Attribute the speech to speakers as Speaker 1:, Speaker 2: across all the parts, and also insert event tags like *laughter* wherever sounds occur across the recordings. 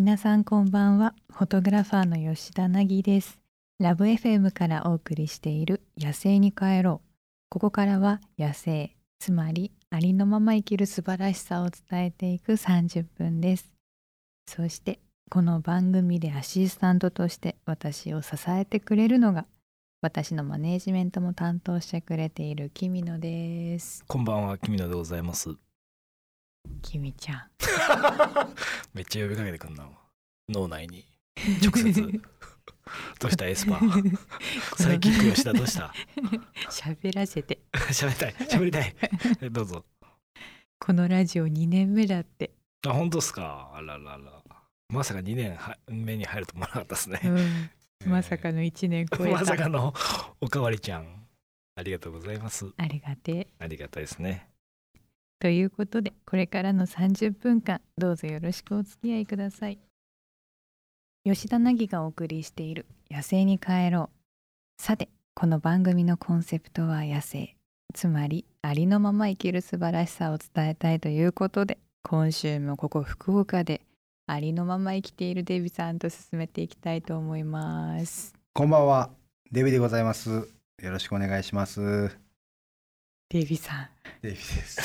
Speaker 1: 皆さんこんばんはフォトグラファーの吉田凪ですラブ FM からお送りしている野生に帰ろうここからは野生つまりありのまま生きる素晴らしさを伝えていく30分ですそしてこの番組でアシスタントとして私を支えてくれるのが私のマネージメントも担当してくれているキミノです
Speaker 2: こんばんは、君のでございます。
Speaker 1: キミちゃん
Speaker 2: めっちゃ呼びかけてくんな。脳内 *laughs* に。直接。どう *laughs* した
Speaker 1: *laughs*
Speaker 2: エスパー。サイキック吉田どうした *laughs*
Speaker 1: 喋らせて
Speaker 2: 喋りたい。喋りたい。どうぞ。
Speaker 1: このラジオ2年目だって、
Speaker 2: あ、本当っすか。あららら。まさか2年は目に入ると思わなかったですね。
Speaker 1: うんまさかの1年超
Speaker 2: え
Speaker 1: え
Speaker 2: ー。
Speaker 1: た、
Speaker 2: まさかのおかわりちゃん。ありがとうございます。
Speaker 1: ありがてえ
Speaker 2: ありがたいですね。
Speaker 1: ということでこれからの30分間どうぞよろしくお付き合いください吉田凪がお送りしている「野生に帰ろう」さてこの番組のコンセプトは野生つまりありのまま生きる素晴らしさを伝えたいということで今週もここ福岡でありのまま生きているデビさんと進めていきたいと思います
Speaker 3: こんばんは、デビでございます。よろしくお願いします。
Speaker 1: デビさん
Speaker 3: デ
Speaker 2: *laughs*
Speaker 3: ビです。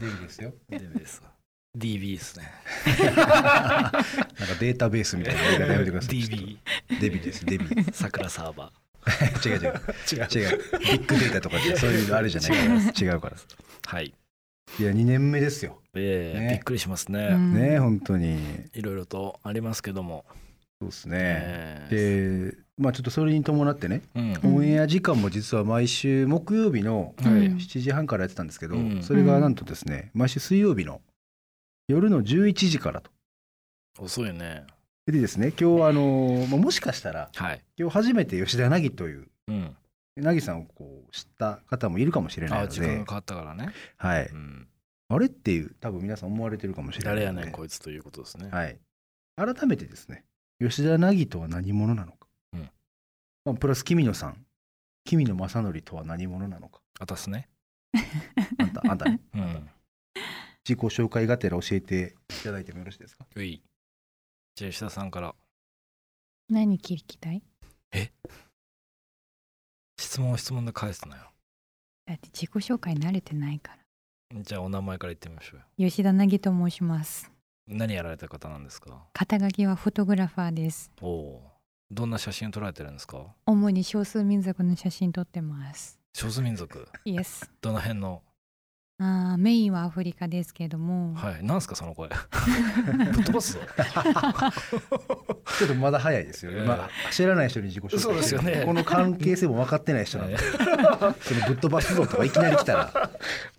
Speaker 3: デビですよ。
Speaker 2: DB です。DB ですね。
Speaker 3: なんかデータベースみたいな言い方やめてください。
Speaker 2: DB。
Speaker 3: デビです。デビ。
Speaker 2: 桜サーバ
Speaker 3: 違う違う
Speaker 2: ー。違う。
Speaker 3: 違う。ビッグデータとかってそういうのあるじゃないから。違うから。
Speaker 2: はい。
Speaker 3: いや2年目ですよ。
Speaker 2: えー
Speaker 3: ね
Speaker 2: びっくりしますね。
Speaker 1: うん
Speaker 3: ねえ本当に。
Speaker 2: いろいろとありますけども。
Speaker 3: そうですね。
Speaker 2: え
Speaker 3: で、まあちょっとそれに伴ってね、
Speaker 2: ーうん
Speaker 3: オンエア時間も実は毎週木曜日の
Speaker 1: うん
Speaker 2: はい
Speaker 3: 7時半からやってたんですけど、
Speaker 2: うん
Speaker 3: それがなんとですね、毎週水曜日の夜の11時からと。
Speaker 2: 遅いね。
Speaker 3: でですね、今日はあの、まあ、もしかしたら
Speaker 2: はい。
Speaker 3: 今日初めて吉田凪という
Speaker 2: うん。
Speaker 3: 凪さんをこう知った方もいるかもしれない
Speaker 2: あ、
Speaker 3: の
Speaker 2: 時間が変
Speaker 3: で、
Speaker 2: わったからね。
Speaker 3: はい
Speaker 2: うん。
Speaker 3: あれっていう多分皆さん思われてるかもしれないの
Speaker 2: 誰
Speaker 3: で
Speaker 2: やねん、こいつということですね。
Speaker 3: はい、改めてですね吉田凪とは何者なのか、
Speaker 2: うん
Speaker 3: まあ、プラス君野さん君野正則とは何者なのか
Speaker 2: あたすね。
Speaker 3: あんた
Speaker 2: *laughs*
Speaker 3: あんたね
Speaker 2: うん。
Speaker 3: 自己紹介がてら教えていただいてもよろしいですか
Speaker 2: うい。じゃあ、吉田さんから
Speaker 1: 何聞きたい
Speaker 2: 質問を質問で返すなよ。
Speaker 1: だって自己紹介慣れてないから
Speaker 2: じゃあ、お名前から言ってみましょうよ。
Speaker 1: 吉田凪と申します
Speaker 2: 何やられた方なんですか
Speaker 1: 肩書きはフォトグラファーです
Speaker 2: おおー。どんな写真を撮られてるんですか
Speaker 1: 主に少数民族の写真撮ってます
Speaker 2: 少数民族。
Speaker 1: イエス
Speaker 2: どの辺の
Speaker 1: あーメインはアフリカですけども、
Speaker 2: はい。なんすか、そ
Speaker 3: *laughs*
Speaker 2: の声。ぶっ飛ばすぞ。
Speaker 3: ちょっとまだ早いですよね、
Speaker 2: ええ
Speaker 3: まあ、知らない人に自己紹介
Speaker 2: そうですよね
Speaker 3: この関係性も分かって *laughs* ない人なんで、そのぶっ飛ばすぞとかいきなり来たら
Speaker 2: まあ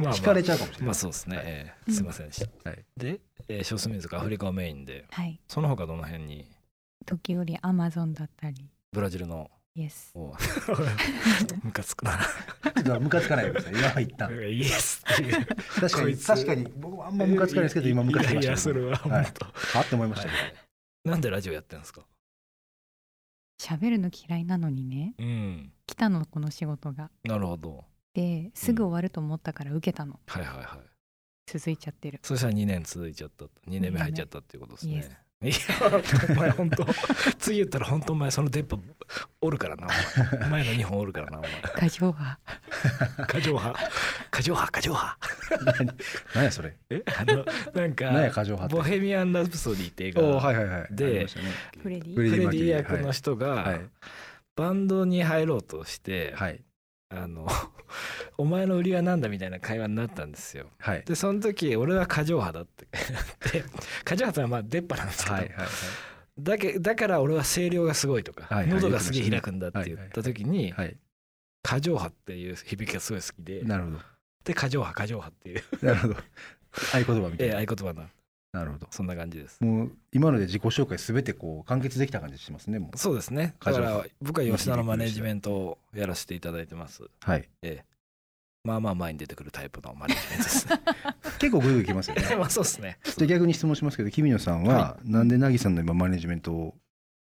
Speaker 2: まあ
Speaker 3: 引かれちゃうかも *laughs* しれない、
Speaker 2: まあそうですね、
Speaker 3: はい
Speaker 2: え
Speaker 1: う
Speaker 2: え
Speaker 1: ん
Speaker 2: すいませんでした、
Speaker 3: はい
Speaker 2: で、えー少数民族アフリカをメインで
Speaker 1: はい
Speaker 2: その他どの辺に
Speaker 1: 時折アマゾンだったり
Speaker 2: ブラジルの
Speaker 1: イエス
Speaker 2: *laughs* おうムカつくな
Speaker 3: ちょっとムカつかないでください今一旦
Speaker 2: イエスっていう
Speaker 3: 確か
Speaker 2: こ
Speaker 3: に
Speaker 2: いつ
Speaker 3: 確かに僕もあんまムカつかないですけど今ムカつきま
Speaker 2: いやいや
Speaker 3: し
Speaker 2: そ
Speaker 3: たけ
Speaker 2: れ
Speaker 3: ど
Speaker 2: は
Speaker 3: はい
Speaker 2: 本当、
Speaker 3: はって思い
Speaker 2: *laughs*
Speaker 3: ましたね
Speaker 2: はいなんでラジオやってんですか
Speaker 1: 喋るの嫌いなのにね
Speaker 2: うん
Speaker 1: 来たのこの仕事が
Speaker 2: なるほど
Speaker 1: ですぐ終わると思ったから受けたの、
Speaker 2: はいはいはい
Speaker 1: 続いちゃってる
Speaker 2: そしたら2年続いちゃった2年目入っちゃったっていうことです
Speaker 1: イエ
Speaker 2: ね
Speaker 1: ス
Speaker 2: いやお前本当次言ったら本当お前その電波おるからなお前前の2本おるからなお前
Speaker 1: 過剰は
Speaker 2: 過剰派過剰派過剰派
Speaker 3: 何やそれ
Speaker 2: えあのなんか
Speaker 3: 何や過剰派
Speaker 2: ボ
Speaker 3: って
Speaker 2: ヘミアン・ラプソディって映画、
Speaker 3: おーはいはいはい
Speaker 2: で
Speaker 3: ありましたね
Speaker 1: フレディ
Speaker 3: フレ
Speaker 2: フレデ
Speaker 3: マキュ
Speaker 2: ィ
Speaker 3: リー
Speaker 2: 役の人が、
Speaker 3: はいはい
Speaker 2: バンドに入ろうとして、
Speaker 3: はい
Speaker 2: あの *laughs* お前の売りはなんだみたいな会話になったんですよ。
Speaker 3: はい
Speaker 2: でその時俺は過剰派だって *laughs* で過剰派ってのはまあ出っ歯なんですけど、
Speaker 3: はいはい
Speaker 2: だけだから俺は声量がすごいとか、
Speaker 3: はいはい
Speaker 2: 喉がすげえ開くんだって言った時に、
Speaker 3: はいはい
Speaker 2: 過剰派っていう響きがすごい好きで
Speaker 3: なるほ
Speaker 2: で過剰派過剰派っていう、
Speaker 3: どなるほど合言葉みたい
Speaker 2: え
Speaker 3: な
Speaker 2: 合言葉な
Speaker 3: なるほど
Speaker 2: そんな感じです。
Speaker 3: もう今ので自己紹介すべてこう完結できた感じしますねもう
Speaker 2: そうですね。だ
Speaker 3: 過
Speaker 2: か
Speaker 3: 剰
Speaker 2: ら僕は吉田のマネジメントをやらせていただいて
Speaker 3: *laughs*
Speaker 2: ます。
Speaker 3: はい
Speaker 2: まあまあ前に出てくるタイプのマネジメントですね。
Speaker 3: 結構グイグイいきますよ
Speaker 2: *laughs*
Speaker 3: ね
Speaker 2: まあそうですね。
Speaker 3: じゃあ逆に質問しますけど君野さんはなんで凪さんの今マネジメントを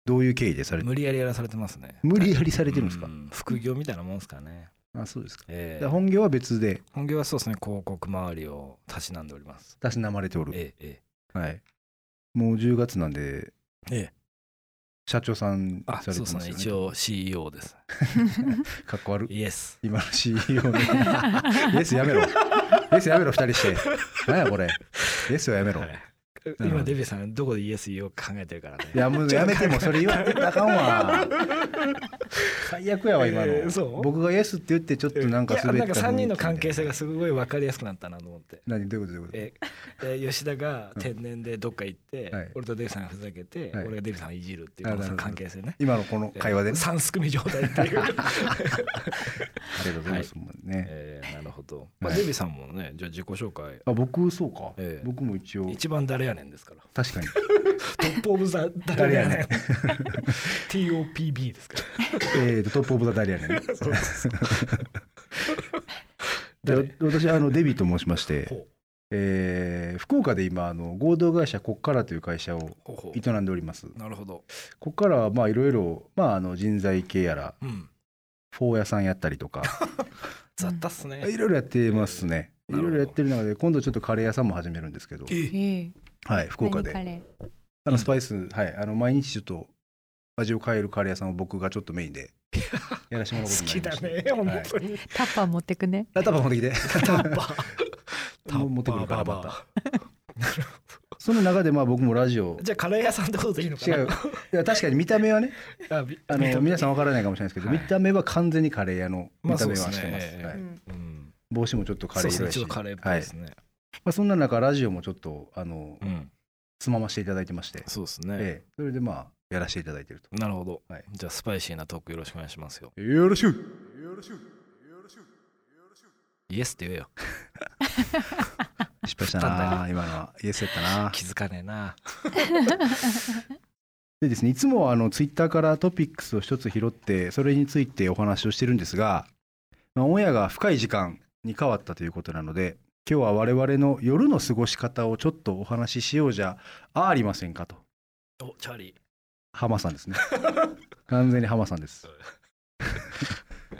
Speaker 3: どういう経緯でされて
Speaker 2: 無理やりやらされてますね。
Speaker 3: 無理
Speaker 2: や
Speaker 3: やりさ
Speaker 2: ら
Speaker 3: れてるんですか
Speaker 2: 副業みたいなもんですかね。
Speaker 3: あそうですか
Speaker 2: ええ
Speaker 3: じゃあ本業は別で
Speaker 2: 本業はそうですね、広告周りをたしなんでおります。
Speaker 3: たしなまれておる
Speaker 2: えええ
Speaker 3: はい。もう10月なんで
Speaker 2: ええ。
Speaker 3: 社長さん
Speaker 2: あ、
Speaker 3: さ
Speaker 2: そう
Speaker 3: れて
Speaker 2: で
Speaker 3: ますすよ
Speaker 2: ね。一
Speaker 3: ね
Speaker 2: 応 CEO です。
Speaker 3: かっこ悪い
Speaker 2: イエス。
Speaker 3: 今の CEO ね
Speaker 2: *laughs*
Speaker 3: イエスやめろイエスやめろ2人してなんやこれイエスはやめろ、
Speaker 2: はい
Speaker 3: い、ほど
Speaker 2: 今、デビューさん、どこでイエス言おうか考えてるからね。
Speaker 3: やもうやめてもそれ言われたらあかん
Speaker 2: *laughs*
Speaker 3: わ最悪やわ今の、
Speaker 2: えーそう
Speaker 3: 僕がイエスって言ってちょっとなんか
Speaker 2: いや
Speaker 3: 滑
Speaker 2: な
Speaker 3: っ
Speaker 2: んか
Speaker 3: た
Speaker 2: 3人の関係性がすごい分かりやすくなったなと思って。
Speaker 3: 何どういうことどういうこと
Speaker 2: ええ吉田が天然でどっか行って、
Speaker 3: はい
Speaker 2: 俺とデビさんがふざけて、
Speaker 3: はい
Speaker 2: 俺がデビさんをいじるってい
Speaker 3: あ
Speaker 2: う
Speaker 3: な
Speaker 2: こ
Speaker 3: るほど
Speaker 2: の関係性ね。
Speaker 3: 今のこの会話でね
Speaker 2: 三すくみ状態って
Speaker 3: *laughs*
Speaker 2: いう、
Speaker 3: ありがとうございますもんね、
Speaker 2: えーなるほど、まあ
Speaker 3: はい
Speaker 2: デビさんもねじゃあ自己紹介
Speaker 3: あ僕そうか、
Speaker 2: ええ
Speaker 3: 僕も一応
Speaker 2: 一番誰やねんですから
Speaker 3: 確かに
Speaker 2: トップオブザ誰やね *laughs* ん TOPB ですから
Speaker 3: えーとトップオブザダリアね
Speaker 2: そうそうそう
Speaker 3: で
Speaker 2: 誰
Speaker 3: 私あのデビーと申しまして
Speaker 2: ほ、う
Speaker 3: えー福岡で今あの合同会社こっからという会社を
Speaker 2: ほうほ
Speaker 3: 営んでおります
Speaker 2: うなるほど、
Speaker 3: こっからはまあいろいろまああの人材系やら
Speaker 2: うん、
Speaker 3: フォー屋さんやったりとか
Speaker 2: 雑多っすね、
Speaker 3: いろいろやってますねい
Speaker 2: なるほど
Speaker 3: ろいろやってる中で今度ちょっとカレー屋さんも始めるんですけど
Speaker 2: え
Speaker 1: ええ
Speaker 3: はい福岡で
Speaker 1: 何カレー
Speaker 3: あのスパイスはいあの毎日ちょっと味を変えるカレー屋さんを僕がちょっとメインでやらしてもらうこと
Speaker 2: 好
Speaker 3: になり
Speaker 2: き
Speaker 3: ま
Speaker 2: だ
Speaker 3: した
Speaker 2: ね本
Speaker 3: はい
Speaker 2: 当に
Speaker 1: タッパー持ってくね。
Speaker 3: あタバコ持ってきて
Speaker 2: タッパータ
Speaker 3: もう
Speaker 2: ッ
Speaker 3: 持って
Speaker 2: パ
Speaker 3: くる
Speaker 2: ー
Speaker 3: から
Speaker 2: バー
Speaker 3: また
Speaker 2: バーなるほ
Speaker 3: その中でまあ僕もラジオ
Speaker 2: どじゃあカレー屋さんってことでいいのか
Speaker 3: 違
Speaker 2: な
Speaker 3: ういや確かに見た目はね
Speaker 2: あび
Speaker 3: あ
Speaker 2: 見た
Speaker 3: の皆さんわからないかもしれないですけど、
Speaker 2: はい
Speaker 3: 見た目は完全にカレー屋の
Speaker 2: ま
Speaker 3: 見
Speaker 2: あ
Speaker 3: た目はして
Speaker 2: そう
Speaker 3: ま、
Speaker 2: ですすねええ
Speaker 3: はい
Speaker 1: うん
Speaker 2: うん
Speaker 3: 帽子もちょっとカレー
Speaker 2: そうで
Speaker 3: 色や
Speaker 2: す
Speaker 3: し
Speaker 2: ねちょっとカレーっぽいですね、
Speaker 3: まあ、そんな中ラジオもちょっとあの、
Speaker 2: うん
Speaker 3: つまましていただいてまして、
Speaker 2: そうですね、
Speaker 3: ええ、それでまあやらせていただいてると
Speaker 2: なるほど、
Speaker 3: はい
Speaker 2: じゃあスパイシーなトークよろしくお願いしますよ
Speaker 3: よろしく
Speaker 2: イエスって言えよ
Speaker 3: 失敗したな今のはイエスやった *laughs* な
Speaker 2: 気づかねえな
Speaker 3: でですねいつもはあのツイッターからトピックスを一つ拾ってそれについてお話をしてるんですが、まあ、オンエアが深い時間に変わったということなので今日は我々の夜の過ごし方をちょっとお話ししようじゃありませんかと
Speaker 2: おチャーリ
Speaker 3: ハマさん *laughs* ですね完全にハマさんです
Speaker 2: そう
Speaker 3: *laughs*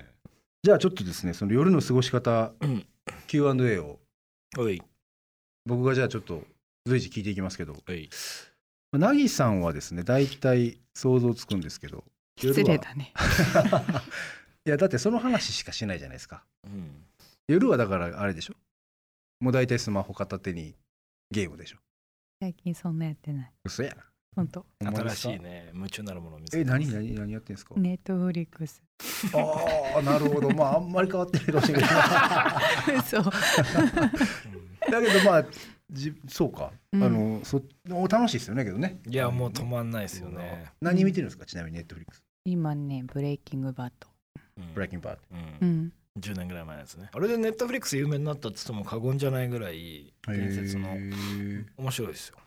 Speaker 3: じゃあちょっとですねその夜の過ごし *laughs* 方
Speaker 2: ーうん
Speaker 3: Q&A を
Speaker 2: おい
Speaker 3: 僕がじゃあちょっと随時聞いていきますけど
Speaker 2: おい
Speaker 3: なぎさんはですね大体想像つくんですけど *laughs*
Speaker 1: 失礼だね。
Speaker 3: 夜はいやだってその話しかしないじゃないですか
Speaker 2: うん
Speaker 3: 夜はだからあれでしょもう大体スマホ片手にゲームでしょ
Speaker 1: 最近そんなやってない。
Speaker 3: 嘘や
Speaker 1: 本当。
Speaker 3: ほんまで
Speaker 2: 新
Speaker 3: すか
Speaker 2: しいね夢中になるものを見つ
Speaker 3: え
Speaker 2: け
Speaker 3: 何何何やってんですか、
Speaker 1: ネットフリックス。
Speaker 3: ああなるほどまああんまり変わってないかもし
Speaker 2: *laughs*
Speaker 3: れない
Speaker 1: *laughs* そう。
Speaker 2: うん
Speaker 3: だけどまあじそうか、
Speaker 1: うん
Speaker 3: あのそお楽しいですよねけどね
Speaker 2: いやもう止まんないですよね、
Speaker 3: 何見てるんですかちなみにネットフリックス
Speaker 1: 今ねブレイキングバット。
Speaker 2: うん
Speaker 3: ブレイキングバード
Speaker 2: う
Speaker 1: う
Speaker 2: ん
Speaker 1: ん。
Speaker 2: 10年ぐらい前のやつねあれでネットフリックス有名になったっつっても過言じゃないぐらい伝説の
Speaker 3: へー
Speaker 2: 面白いですよ、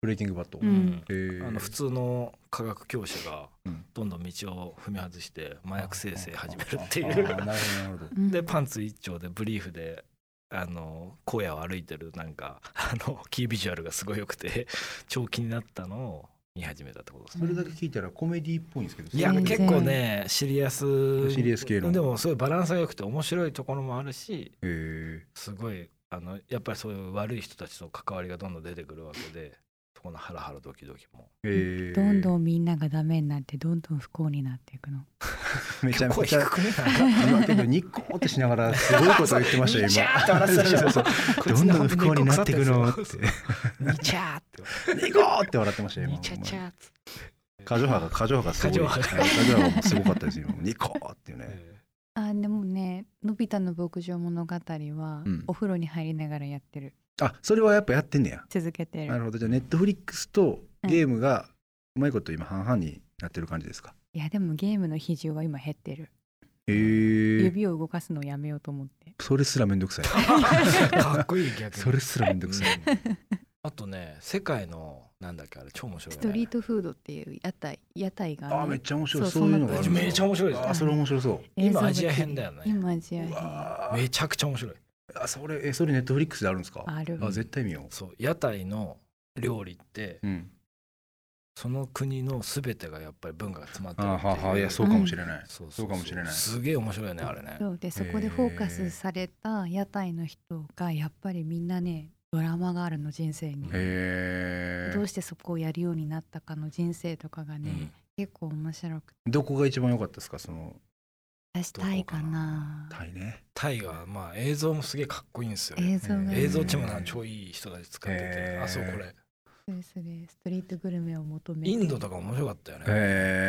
Speaker 3: ブレイキングバット、
Speaker 1: うん
Speaker 3: へー
Speaker 2: あの普通の科学教師が
Speaker 3: うん
Speaker 2: どんどん道を踏み外して麻薬生成始めるってい
Speaker 3: あーなるほど
Speaker 2: う
Speaker 3: なるほど
Speaker 1: うん
Speaker 2: でパンツ一丁でブリーフであの荒野を歩いてるなんかあのキービジュアルがすごい良くて *laughs* 超気になったのを見始めたってことですね
Speaker 3: それだけ聞いたらコメディっぽいんですけど
Speaker 2: いや
Speaker 1: 全
Speaker 2: 結
Speaker 1: 然
Speaker 2: 構ねシリアス
Speaker 3: シリアス系の
Speaker 2: でもすごいバランスが良くて面白いところもあるし
Speaker 3: へー
Speaker 2: すごいあのやっぱりそういう悪い人たちと関わりがどんどん出てくるわけでそこのハラハラドキドキも
Speaker 3: へー
Speaker 1: どんどんみんながダメになってどんどん不幸になっていくの。
Speaker 3: めちゃめち
Speaker 2: 声
Speaker 3: ゃ
Speaker 2: 低くね
Speaker 3: 今けどニッコーってしながらすごいこと言ってました
Speaker 2: *laughs*
Speaker 3: よ
Speaker 2: ニチャーって笑
Speaker 3: 今
Speaker 2: ってたでしょ
Speaker 3: そうそうそうどんどん不幸になっていくのって
Speaker 2: こいつなんニチャーって
Speaker 3: ニコーって笑ってましたよ今
Speaker 2: ニチャチャーっつって
Speaker 3: 過剰波が過剰波がす
Speaker 2: 過
Speaker 3: ごい
Speaker 2: 剰波が
Speaker 3: はい過剰波もすごかったですよ今ニコーっていうね
Speaker 1: あでもね「のび太の牧場物語は」
Speaker 3: うん
Speaker 1: お風呂に入りながらやってる
Speaker 3: あそれはやっぱやってんねや
Speaker 1: 続けて
Speaker 3: な
Speaker 1: る
Speaker 3: るほどじゃあネットフリックスとゲームがうまいこと今半々になってる感じですか
Speaker 1: いやでもゲームの比重は今減ってる
Speaker 3: へえ
Speaker 1: 指を動かすのをやめようと思って
Speaker 3: それすらめんどくさい *laughs*
Speaker 2: かっこいい逆に
Speaker 3: それすらめんどくさい
Speaker 2: うんあとね世界のなんだっけあれ超面白い
Speaker 1: ス
Speaker 2: ね
Speaker 1: トリートフードっていう屋台屋台があ
Speaker 3: あー
Speaker 1: る
Speaker 3: めっちゃ面白い
Speaker 1: そう
Speaker 3: そういうのがあるんだ
Speaker 2: めちゃ面白いです
Speaker 3: あーそれ面白そう
Speaker 1: 映像が
Speaker 2: 今アジア編だよね
Speaker 1: 今アジア
Speaker 3: う
Speaker 1: 編
Speaker 3: わー
Speaker 2: めちゃくちゃ面白い
Speaker 3: あそれえそれネットフリックスであるんですか
Speaker 1: ある
Speaker 3: あ絶対見よ
Speaker 2: そう屋台の料理って
Speaker 3: ううん
Speaker 2: その国の全てがやっぱり文化が詰まって
Speaker 3: あ
Speaker 2: る
Speaker 3: は
Speaker 2: っていう
Speaker 3: はいやそうかもしれない
Speaker 2: そう
Speaker 3: そうかもしれない
Speaker 2: すげえ面白いよねあれね
Speaker 1: そうでそこでフォーカスされた屋台の人がやっぱりみんなねドラマがあるの人生に、
Speaker 3: へ
Speaker 1: どうしてそこをやるようになったかの人生とかがね、
Speaker 2: うん
Speaker 1: 結構面白くて
Speaker 3: どこが一番良かったですかその
Speaker 1: 出したいかな
Speaker 3: タイね
Speaker 2: タイがまあ映像もすげえかっこいいんですよ、
Speaker 1: 映像が
Speaker 3: えー
Speaker 1: いい
Speaker 2: 映像チームなんか超いい人たち使ってて、
Speaker 3: えー
Speaker 2: あそうこれ
Speaker 1: そうですねストリートグルメを求めて
Speaker 2: インドとか面白かったよね、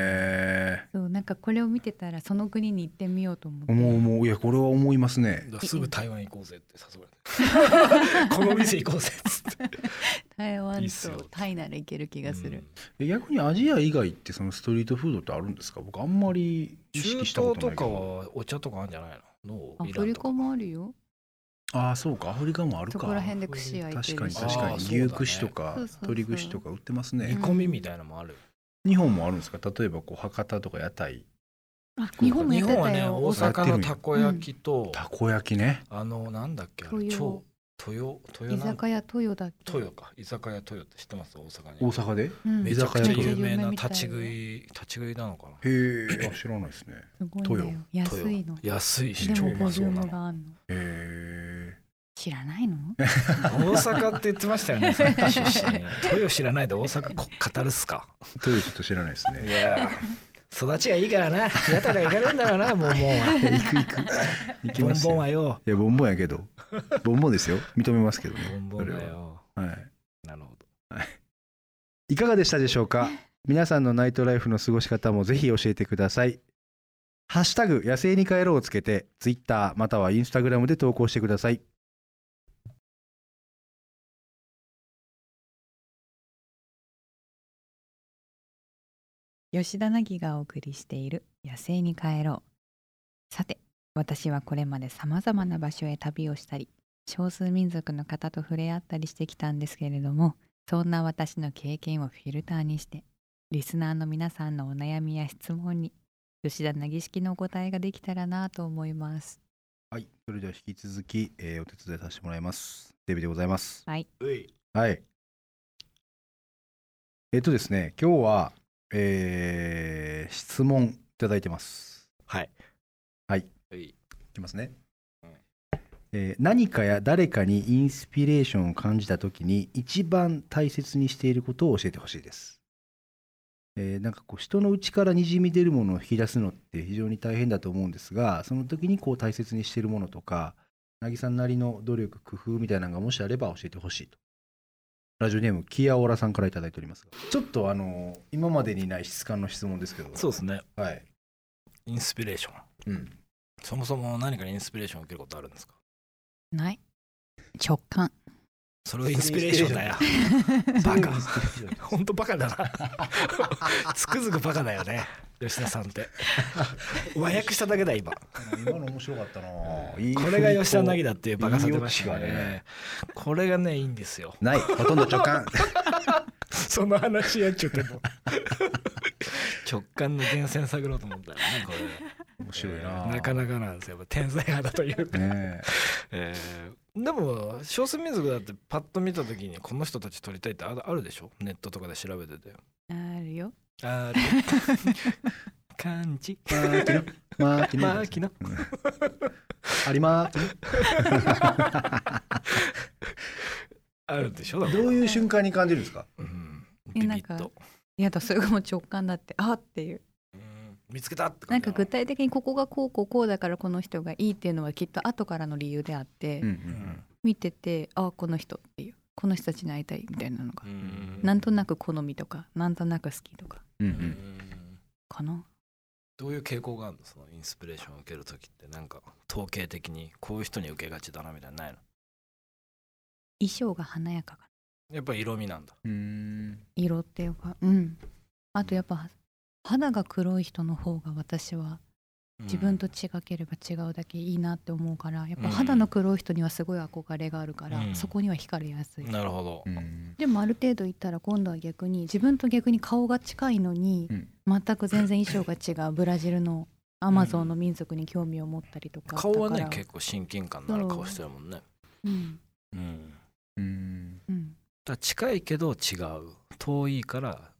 Speaker 3: へ
Speaker 1: そうなんかこれを見てたらその国に行ってみようと思って
Speaker 3: えもうもういやこれは思いますね
Speaker 2: だからすぐ台湾行こうぜって誘われ
Speaker 3: *laughs*
Speaker 2: てこの店行こうぜっつって
Speaker 1: 台湾
Speaker 2: いいっすよ
Speaker 1: とタイなら行ける気がする、
Speaker 3: え逆にアジア以外ってそのストリートフードってあるんですか僕あんまり
Speaker 2: うん
Speaker 3: 意
Speaker 2: 中
Speaker 3: 識
Speaker 2: 東
Speaker 3: したこと
Speaker 2: と
Speaker 3: ないけ
Speaker 2: か
Speaker 3: ど
Speaker 2: はお茶とかあるんじゃないのどう
Speaker 1: アフリカもあ
Speaker 2: る
Speaker 1: るよ
Speaker 3: ああそうかアフリカもある
Speaker 1: そ
Speaker 3: か
Speaker 1: こら辺で串焼いて
Speaker 3: 確か
Speaker 1: る
Speaker 3: に
Speaker 1: し
Speaker 3: 確
Speaker 2: あ
Speaker 3: か
Speaker 2: ー
Speaker 3: に
Speaker 2: そうだね
Speaker 3: 牛串とか
Speaker 1: そうそうそう
Speaker 3: 鶏串とか売ってます
Speaker 2: 煮
Speaker 3: ね
Speaker 2: 込みみたいなのもある、
Speaker 3: 日本もあるんですか例えばこう博多とか屋台
Speaker 1: あ日本も
Speaker 2: 日
Speaker 1: やって
Speaker 2: 本は
Speaker 1: た
Speaker 2: ね
Speaker 1: よ、
Speaker 2: 大阪のたこ焼きと、
Speaker 3: たこ焼きね
Speaker 2: あのなんだっけあれ
Speaker 1: 豊
Speaker 2: 超豊豊
Speaker 1: 居
Speaker 2: なん
Speaker 1: 酒屋豊だっけ
Speaker 2: 豊か居酒屋豊って知ってます大阪に
Speaker 3: 大阪でへ
Speaker 1: うん
Speaker 2: めちゃくちゃ
Speaker 3: 居酒屋
Speaker 2: 有名な
Speaker 1: めちゃくち
Speaker 2: 立ち
Speaker 1: ゃ有名
Speaker 2: 食
Speaker 1: みたよ
Speaker 2: い立ち食いなのかな
Speaker 3: え知らないですね
Speaker 1: すごいんだよ安
Speaker 2: 豊
Speaker 1: いの
Speaker 2: 安いし
Speaker 1: で
Speaker 2: 超
Speaker 1: も
Speaker 2: う
Speaker 1: ボ
Speaker 2: ま
Speaker 1: リ
Speaker 2: そ
Speaker 1: ュ
Speaker 2: う
Speaker 1: ー
Speaker 2: な
Speaker 1: ム
Speaker 2: の
Speaker 1: があるの
Speaker 3: へ
Speaker 1: 知らない *laughs* の
Speaker 2: 大阪って言ってましたよね豊知らないで大阪こ語るっすか
Speaker 3: えというちょっと知らないです
Speaker 2: い
Speaker 3: ね
Speaker 2: や育ちがいいからな屋台が行かれるんだろう *laughs* なもうもうは
Speaker 3: 行く行く行き
Speaker 2: ボ
Speaker 3: ま
Speaker 2: ン
Speaker 3: す
Speaker 2: ボン
Speaker 3: よ
Speaker 2: はよ
Speaker 3: いやボンボンやけどボンボンですよ認めますけどね
Speaker 2: ボンボンだよ
Speaker 3: それははい
Speaker 2: なるほど
Speaker 3: いかがでしたでしょうか皆さんのナイトライフの過ごし方もぜひ教えてください。ハッシュタグ野生に帰ろうをつけて、ツイッターまたはインスタグラムで投稿してください。
Speaker 1: 吉田凪がお送りしている「野生に帰ろう」さて私はこれまでさまざまな場所へ旅をしたり少数民族の方と触れ合ったりしてきたんですけれどもそんな私の経験をフィルターにしてリスナーの皆さんのお悩みや質問に吉田凪式のお答えができたらなと思います。
Speaker 3: はい、それでは引き続き、えーお手伝いさせてもらいます。デビでございます。
Speaker 1: はい、
Speaker 3: はい。えっとですね、今日は、えー質問いただいてます。
Speaker 2: はい
Speaker 3: はい
Speaker 2: はい
Speaker 3: いきますね
Speaker 2: うん。
Speaker 3: えー何かや誰かにインスピレーションを感じた時に一番大切にしていることを教えてほしいです。えーなんかこう人の内からにじみ出るものを引き出すのって非常に大変だと思うんですがその時にこう大切にしているものとかぎさんなりの努力工夫みたいなのがもしあれば教えてほしいとラジオネームキアオラさんから頂いておりますがちょっとあの今までにない質感の質問ですけど
Speaker 2: そうですね
Speaker 3: はい、
Speaker 2: インスピレーション
Speaker 3: うん、
Speaker 2: そもそも何かにインスピレーションを受けることあるんですか
Speaker 1: ない直感
Speaker 2: それをインスピレーションだよバ
Speaker 3: *laughs*
Speaker 2: カ本当バカだなつくづくバカだよね吉田さんって和訳しただけだ今
Speaker 3: 今の面白かったなこ
Speaker 2: これが吉田凪だっていうバカさ出ました
Speaker 3: いいオチがね
Speaker 2: ねこれがねいいんですよ
Speaker 3: ないほとんど直感
Speaker 2: *laughs* その話やっちゃっても *laughs* 直感の源泉探ろうと思ったらねこれ
Speaker 3: *laughs* 面白いな、
Speaker 2: えーなか
Speaker 3: ね
Speaker 2: なかなんですよやっぱ天才派だというか、
Speaker 3: *laughs* え
Speaker 2: え *laughs* ーでも少数民族だってパッと見た時にこの人たち撮りたいってああるでしょネットとかで調べてて
Speaker 1: あるよ
Speaker 2: あ *laughs* る感じ
Speaker 3: マーキノマーキノ
Speaker 2: マーキノ
Speaker 3: うんありまー
Speaker 2: あるでしょだから
Speaker 3: どういう瞬間に感じるんですか
Speaker 2: うん
Speaker 1: いや
Speaker 2: ビビ
Speaker 1: なん
Speaker 2: ッ
Speaker 1: か
Speaker 2: と、
Speaker 1: いやだそれがもう直感だってあっていう
Speaker 2: うん見つけたって
Speaker 1: なん
Speaker 2: 感じ
Speaker 1: か具体的にここがこうこうこうだからこの人がいいっていうのはきっと後からの理由であって、
Speaker 2: うん
Speaker 1: 見ててあこの人っていうこの人たちに会いたいみたいなのが、
Speaker 2: うん
Speaker 1: なんとなく好みとかなんとなく好きとか
Speaker 3: うんう
Speaker 2: うん
Speaker 3: ん
Speaker 1: かな
Speaker 2: どういう傾向があるのそのインスピレーションを受ける時ってなんか統計的にこういう人に受けがちだなみたいなのないの
Speaker 1: 衣装が華やかか
Speaker 2: やっぱ色味なんだ
Speaker 3: うん
Speaker 1: な色っていうかうんあとやっぱ肌が黒い人の方が私は自分と
Speaker 2: うん
Speaker 1: 違ければ違うだけいいなって思うからやっ
Speaker 2: う
Speaker 1: ぱ
Speaker 2: ん
Speaker 1: 肌の黒い人にはすごい憧れがあるから、
Speaker 2: うん
Speaker 1: そこには惹かれやすい。
Speaker 2: なるほど、
Speaker 3: うん
Speaker 1: でもある程度いったら今度は逆に自分と逆に顔が近いのに、
Speaker 3: うん
Speaker 1: 全く全然衣装が違うブラジルのアマゾンの民族に興味を持ったりとか
Speaker 2: 顔は
Speaker 1: だ
Speaker 2: ね
Speaker 1: から
Speaker 2: 結構親近感のある顔してるもんね
Speaker 1: うん
Speaker 2: うんだか
Speaker 3: うん
Speaker 1: うん
Speaker 2: ら近いけど違う遠いから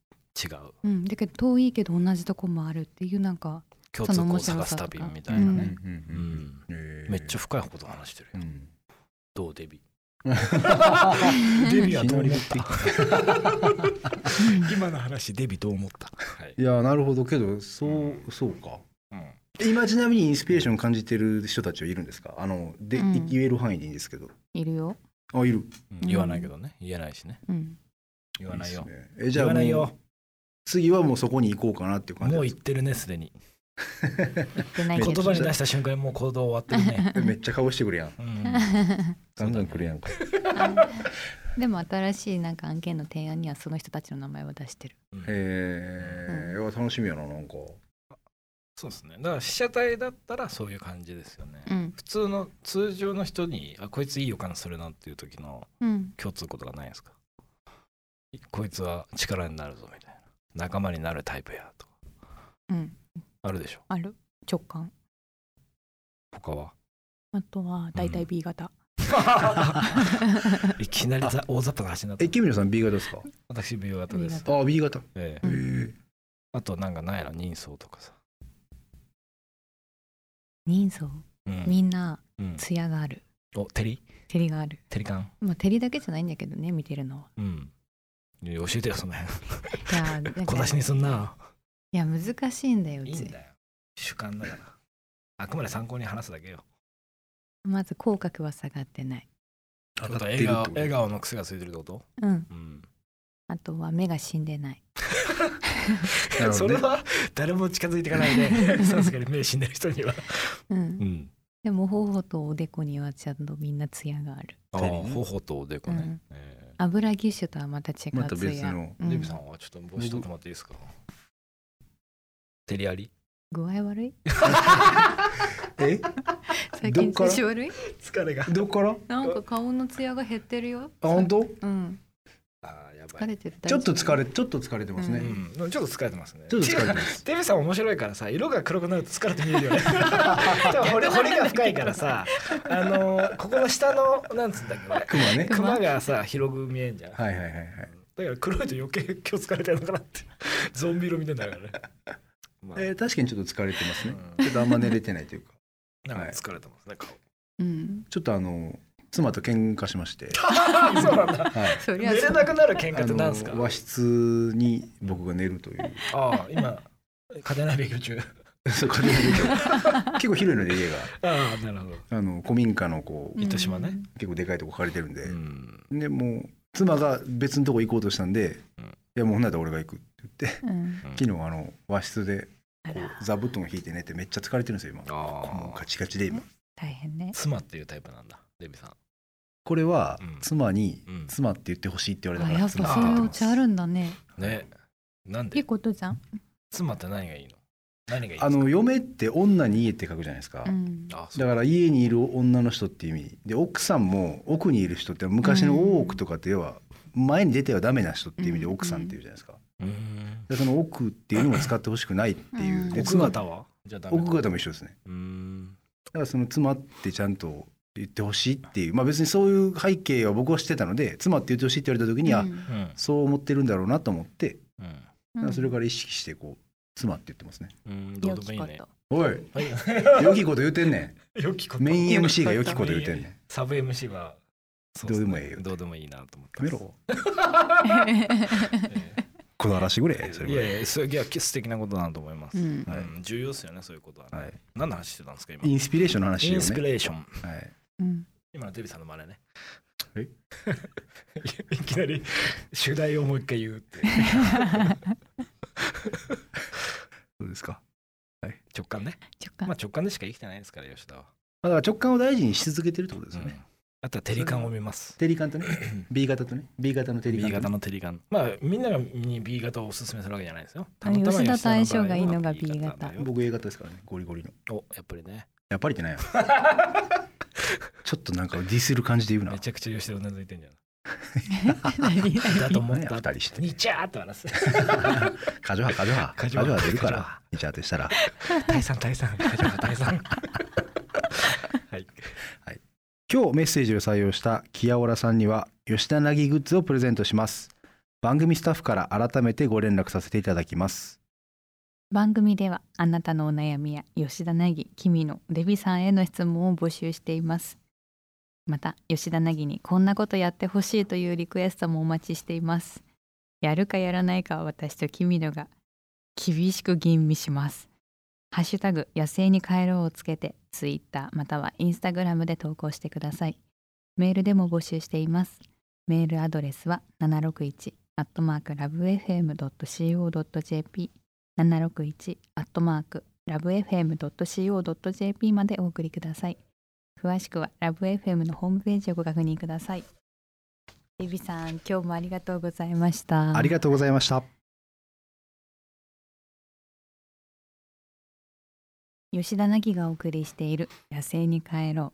Speaker 2: 違う
Speaker 1: うん、だけど遠いけど同じとこもあるっていうなんか
Speaker 2: 共通項を探す旅みたいな
Speaker 3: うん
Speaker 2: ね、
Speaker 3: うん
Speaker 2: うん
Speaker 3: うん
Speaker 2: めっちゃ *laughs*
Speaker 3: ゃ
Speaker 2: 深いこと話してるよ、どうデビデビはどう思った *laughs* 今の話デビどう思った、はい
Speaker 3: いやなるほどけどそうそうか
Speaker 2: うん
Speaker 3: 今ちなみにインスピレーション感じてる人たちはいるんですかあので、
Speaker 1: うん
Speaker 3: 言える範囲でいいんですけど
Speaker 1: いるよ。
Speaker 3: あいる
Speaker 1: うん
Speaker 2: 言わないけどね言えないしね
Speaker 1: うん。
Speaker 2: 言わないよ
Speaker 3: いいっすねえじ
Speaker 2: 言
Speaker 3: ゃ
Speaker 2: わ
Speaker 3: あ
Speaker 2: ない
Speaker 3: もう
Speaker 2: よ
Speaker 3: 次はもうそこに行こうかなっていう感じ
Speaker 2: もう
Speaker 3: で
Speaker 2: 言っ
Speaker 3: す
Speaker 2: てるねすでに
Speaker 1: 言ってない
Speaker 2: 言
Speaker 1: けど。
Speaker 2: 葉に出した瞬間にもう行動終わってる
Speaker 3: *laughs*
Speaker 2: ね
Speaker 3: めっちゃ顔してくるやん
Speaker 2: うん
Speaker 3: ガンガンくる *laughs* やんか
Speaker 1: でも新しいなんか案件の提案にはその人たちの名前は出してる。
Speaker 3: えーいや楽しみやななんか
Speaker 2: そうですねだから被写体だったらそういう感じですよね、
Speaker 1: うん。
Speaker 2: 普通の通常の人にあこいついい予感するなっていう時の
Speaker 1: うん。
Speaker 2: 共通ことがないですかこいつは力になるぞみたいな仲間になるタイプやとか
Speaker 1: うん。
Speaker 2: あるでしょ
Speaker 1: ある。直感。
Speaker 2: 他は
Speaker 1: あとは大体 B 型。
Speaker 2: いきなりざ大雑把な話になった
Speaker 3: えキミノさん B 型ですか
Speaker 2: 私 B 型で
Speaker 1: B
Speaker 2: す
Speaker 1: 型、
Speaker 3: あ B 型
Speaker 2: え
Speaker 1: う
Speaker 2: え
Speaker 1: ん
Speaker 3: え
Speaker 2: あとなんかないやろ人相とかさ、
Speaker 1: 人相。
Speaker 2: うん
Speaker 1: みんな
Speaker 2: うん
Speaker 1: 艶がある。
Speaker 2: お照り
Speaker 1: 照りがある。
Speaker 2: 照り感
Speaker 1: まあ照りだけじゃないんだけどね見てるのは。
Speaker 2: うんいや教えてよその辺
Speaker 1: いやなんか
Speaker 2: 小出しにすんない
Speaker 1: や難しいんだよう
Speaker 2: い
Speaker 1: ち。
Speaker 2: よ主観だからあくまで参考に話すだけよ
Speaker 1: まず口角は下がってない。
Speaker 3: ー
Speaker 2: あと
Speaker 3: っ
Speaker 2: 笑
Speaker 3: てる
Speaker 2: 顔
Speaker 3: ってこと
Speaker 2: 笑顔の癖がついてるってこと
Speaker 1: うん。
Speaker 2: うん
Speaker 1: あとは目が死んでない。
Speaker 3: なるほ
Speaker 2: そ
Speaker 3: どね
Speaker 2: れは誰も近づいていかない *laughs* でさすがに目死んでる人には
Speaker 1: うん
Speaker 2: う。ん
Speaker 1: でも頬とおでこにはちゃんとみんな艶がある。
Speaker 2: ああ
Speaker 3: 照りね
Speaker 2: 頬とおでこ
Speaker 1: うん
Speaker 2: ね、え
Speaker 1: 油ギッシュとはまた違う艶。
Speaker 3: また別の
Speaker 1: う
Speaker 2: え
Speaker 1: ん
Speaker 2: デビさんはちょっと帽子取ってもらっていいですか照りあり
Speaker 1: 具合悪い？
Speaker 3: え
Speaker 1: 最
Speaker 3: ど
Speaker 1: 近
Speaker 3: っから
Speaker 1: 調子悪い？
Speaker 2: 疲れが
Speaker 3: どっから
Speaker 1: なんか顔の艶が減ってるよ。
Speaker 3: あ本当
Speaker 1: うん。
Speaker 2: あーやば
Speaker 1: 疲
Speaker 2: い
Speaker 1: れてる。
Speaker 3: ちょっと疲
Speaker 1: れ。
Speaker 3: れちょっと疲れてますね、
Speaker 1: うん
Speaker 2: うん、ちょっと疲れてますね
Speaker 3: ちょっと疲れて *laughs* ます
Speaker 2: デビさん面白いからさ色が黒くなると疲れて見えるよねでも骨骨が深いからさあのーここの下のなんつうんだっけこれ
Speaker 3: クマね
Speaker 2: クマがさ広く見えんじゃん、
Speaker 3: はいはいはいはい
Speaker 2: だから黒いと余計今日疲れてるのかなってゾンビ色みたいになるからね、まあ
Speaker 3: えー確かにちょっと疲れてますね
Speaker 2: うん
Speaker 3: ちょっとあんま寝れてないというか
Speaker 2: なんか疲れてますね顔
Speaker 1: うん。
Speaker 3: ちょっとあの妻と喧嘩しま *laughs* して、
Speaker 2: あそうなんだ
Speaker 3: はい、
Speaker 1: そり
Speaker 2: 寝
Speaker 1: ゃそ
Speaker 2: れ
Speaker 1: う
Speaker 2: なくなる喧嘩
Speaker 3: あ
Speaker 2: ってなんすか
Speaker 3: の和室に僕が寝ると *laughs* いう
Speaker 2: ああ今家庭内勉強中
Speaker 3: そう家庭劇場結構広いので家が
Speaker 2: ああなるほど
Speaker 3: あの古民家のこう、
Speaker 1: うん
Speaker 2: 糸島ね
Speaker 3: 結構でかいとこ借りてるんで、
Speaker 2: ん
Speaker 3: でもう妻が別のとこ行こうとしたんで、
Speaker 2: うん
Speaker 3: いやもうほんなら俺が行くって言って
Speaker 1: うん。
Speaker 2: うん
Speaker 3: 昨日あの和室で
Speaker 1: あ
Speaker 3: こ
Speaker 1: ら
Speaker 3: う座布団を引いて寝てめっちゃ疲れてるんですよ今もう
Speaker 2: ああ
Speaker 3: ガチガチで今
Speaker 1: 大変ね。
Speaker 2: 妻っていうタイプなんだデビさん
Speaker 3: これは
Speaker 2: うん
Speaker 3: 妻に
Speaker 2: うん
Speaker 3: 「妻」って言ってほしいって言われ
Speaker 1: あ
Speaker 3: たか
Speaker 1: や
Speaker 3: ら
Speaker 1: っ
Speaker 3: 妻
Speaker 1: ぱ
Speaker 3: っ
Speaker 1: そ
Speaker 3: て
Speaker 1: う
Speaker 3: 言
Speaker 1: いう
Speaker 3: って
Speaker 1: お
Speaker 3: ます
Speaker 1: 茶あるんだね。
Speaker 2: ねなん
Speaker 1: いい
Speaker 2: で
Speaker 1: ことじゃん。
Speaker 2: 妻って何がいいの何がいい
Speaker 3: あの嫁って女に家って書くじゃないですか、
Speaker 1: うん。
Speaker 2: あそう
Speaker 3: だから家にいる女の人っていう意味で奥さんも奥にいる人って昔の大奥とかでは前に出てはダメな人っていう意味で奥さんっていうじゃないですか
Speaker 2: うーん
Speaker 3: でその奥っていうのも使ってほしくないっていううんで
Speaker 2: 奥
Speaker 3: 妻
Speaker 2: 方はじゃあダメ
Speaker 3: 奥方も一緒ですね
Speaker 2: うーん
Speaker 3: だからその妻ってちゃんと言ってほしいっていうまあ別にそういう背景は僕は知ってたので妻って言ってほしいって言われた時に、
Speaker 1: う
Speaker 3: あ
Speaker 1: ん
Speaker 2: うん
Speaker 3: そう思ってるんだろうなと思って、
Speaker 2: うん
Speaker 3: だからそれから意識してこう妻って言ってますね
Speaker 2: うんど
Speaker 1: 良
Speaker 2: うで
Speaker 1: き
Speaker 2: もいい
Speaker 1: こ
Speaker 2: ね
Speaker 1: と。
Speaker 3: おい
Speaker 2: はい
Speaker 1: *laughs*
Speaker 3: 良きこと言うてんね
Speaker 2: 良きこ
Speaker 3: ん
Speaker 2: と *laughs*
Speaker 3: メイン MC が良きこと言うてんねん
Speaker 2: サブ MC はそ
Speaker 3: どう
Speaker 2: す
Speaker 3: で
Speaker 2: ね
Speaker 3: もええよ
Speaker 2: どうでもいいなと思って
Speaker 3: やめ
Speaker 2: ます
Speaker 3: ろこだわらしてくれそれ
Speaker 2: い
Speaker 3: ぐらい
Speaker 2: やいやそれいや素敵なことだなと思います、
Speaker 1: う
Speaker 2: うん
Speaker 1: ん。
Speaker 3: はい
Speaker 2: 重要ですよねそういうことはね、
Speaker 3: はい
Speaker 2: 何の話してたんですか今
Speaker 3: インスピレーションの話
Speaker 2: イ
Speaker 3: を
Speaker 2: ンスピ
Speaker 3: ね、
Speaker 2: レーション
Speaker 3: はい、
Speaker 1: うん。
Speaker 2: 今のデビさんの真似ね
Speaker 3: え
Speaker 2: *laughs* いきなり主題をもう一回言うっていう
Speaker 3: そうですか
Speaker 2: 直感
Speaker 1: *laughs*
Speaker 2: ね
Speaker 1: 直
Speaker 2: まあ
Speaker 1: 感。
Speaker 2: 直感でしか生きてないですから吉田は、
Speaker 3: まあだから直感を大事にし続けてるってことですよね、
Speaker 2: あとはテリカンを見ます
Speaker 3: テリカンとね B 型とね B 型のテリ
Speaker 2: B
Speaker 3: カン
Speaker 2: 型
Speaker 3: とね、
Speaker 2: のテリカンまあみんながに B 型をおすすめするわけじゃないですよ
Speaker 1: あ吉田と相性
Speaker 2: の場
Speaker 1: が
Speaker 2: 合は
Speaker 1: いいのが B 型
Speaker 2: だよ
Speaker 3: 僕 A 型ですからねゴリゴリの
Speaker 2: おやっぱりね
Speaker 3: やっぱりって
Speaker 2: *laughs*
Speaker 3: ないよちょっとなんかディスる感じで言うな
Speaker 2: めちゃくちゃ吉田うなずいてんじゃん
Speaker 1: 何
Speaker 2: だと思っ
Speaker 3: いいね
Speaker 2: た
Speaker 3: 二人して *laughs*
Speaker 2: にちゃーっと話す
Speaker 3: 過剰波過剰波
Speaker 2: 過
Speaker 3: 過
Speaker 2: 剰波
Speaker 3: 剰波出るか
Speaker 2: 過剰
Speaker 3: ら
Speaker 2: 波
Speaker 3: イチャーとしたら
Speaker 2: 大さん大 *laughs* さん大さん大さんはい
Speaker 3: 今日メッセージを採用したキヤオラさんには吉田凪グッズをプレゼントします番組スタッフから改めてご連絡させていただきます
Speaker 1: *laughs* 番組ではあなたのお悩みや吉田凪、君のデビさんへの質問を募集しています。また吉田凪にこんなことやってほしいというリクエストもお待ちしていますやるかやらないかは私と君野が厳しく吟味しますハッシュタグ野生に帰ろうをつけてツイッターまたはインスタグラムで投稿してくださいメールでも募集していますメールアドレスは761アットマークラブ FM.co.jp 761アットマークラブ FM.co.jp までお送りください詳しくはラブ FM のホームページをご確認くださいエビさん今日もありがとうございました
Speaker 3: ありがとうございました。
Speaker 1: 吉田凪がお送りしている「野生に帰ろう」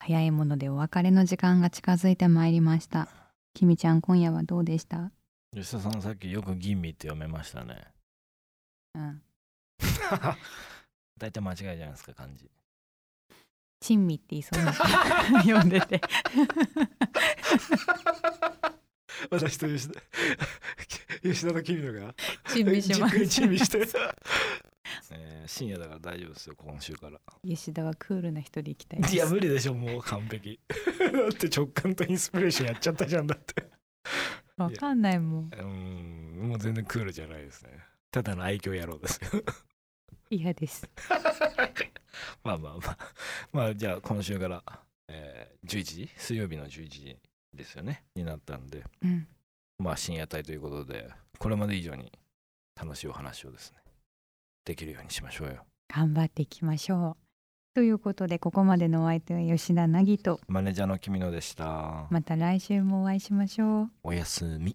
Speaker 1: 早いものでお別れの時間が近づいてまいりましたきみちゃん今夜はどうでした
Speaker 4: 吉田さんさっきよく吟味って読めましたね
Speaker 1: うん
Speaker 4: 大体間違いじゃないですか漢字
Speaker 1: 珍味って言い
Speaker 2: *laughs*
Speaker 1: そうな読んでて
Speaker 2: 私と吉田 *laughs* 吉田の君のが
Speaker 1: 珍味しま
Speaker 2: *laughs* じっくり
Speaker 1: す
Speaker 2: 準備して
Speaker 4: えー深夜だから大丈夫ですよ今週から
Speaker 1: 吉田はクールな人で行きたいで
Speaker 2: い
Speaker 1: す
Speaker 2: や無理でしょもう完璧 *laughs* だって直感とインスピレーションやっちゃったじゃんだ
Speaker 4: *laughs*
Speaker 2: って
Speaker 1: わかんないもん
Speaker 2: うーんもう全然クールじゃないですねただの愛嬌野郎ですよ
Speaker 1: 嫌です
Speaker 4: *laughs* まあまあまあまあじゃあ今週から、えー11時水曜日の11時ですよねになったんで
Speaker 1: うん
Speaker 4: まあ深夜帯ということでこれまで以上に楽しいお話をですねできるようにしましょうよ
Speaker 1: 頑張っていきましょうということでここまでのお相手は吉田凪と
Speaker 4: マネージャーの君野でした、
Speaker 1: また来週もお会いしましょう
Speaker 4: おやすみ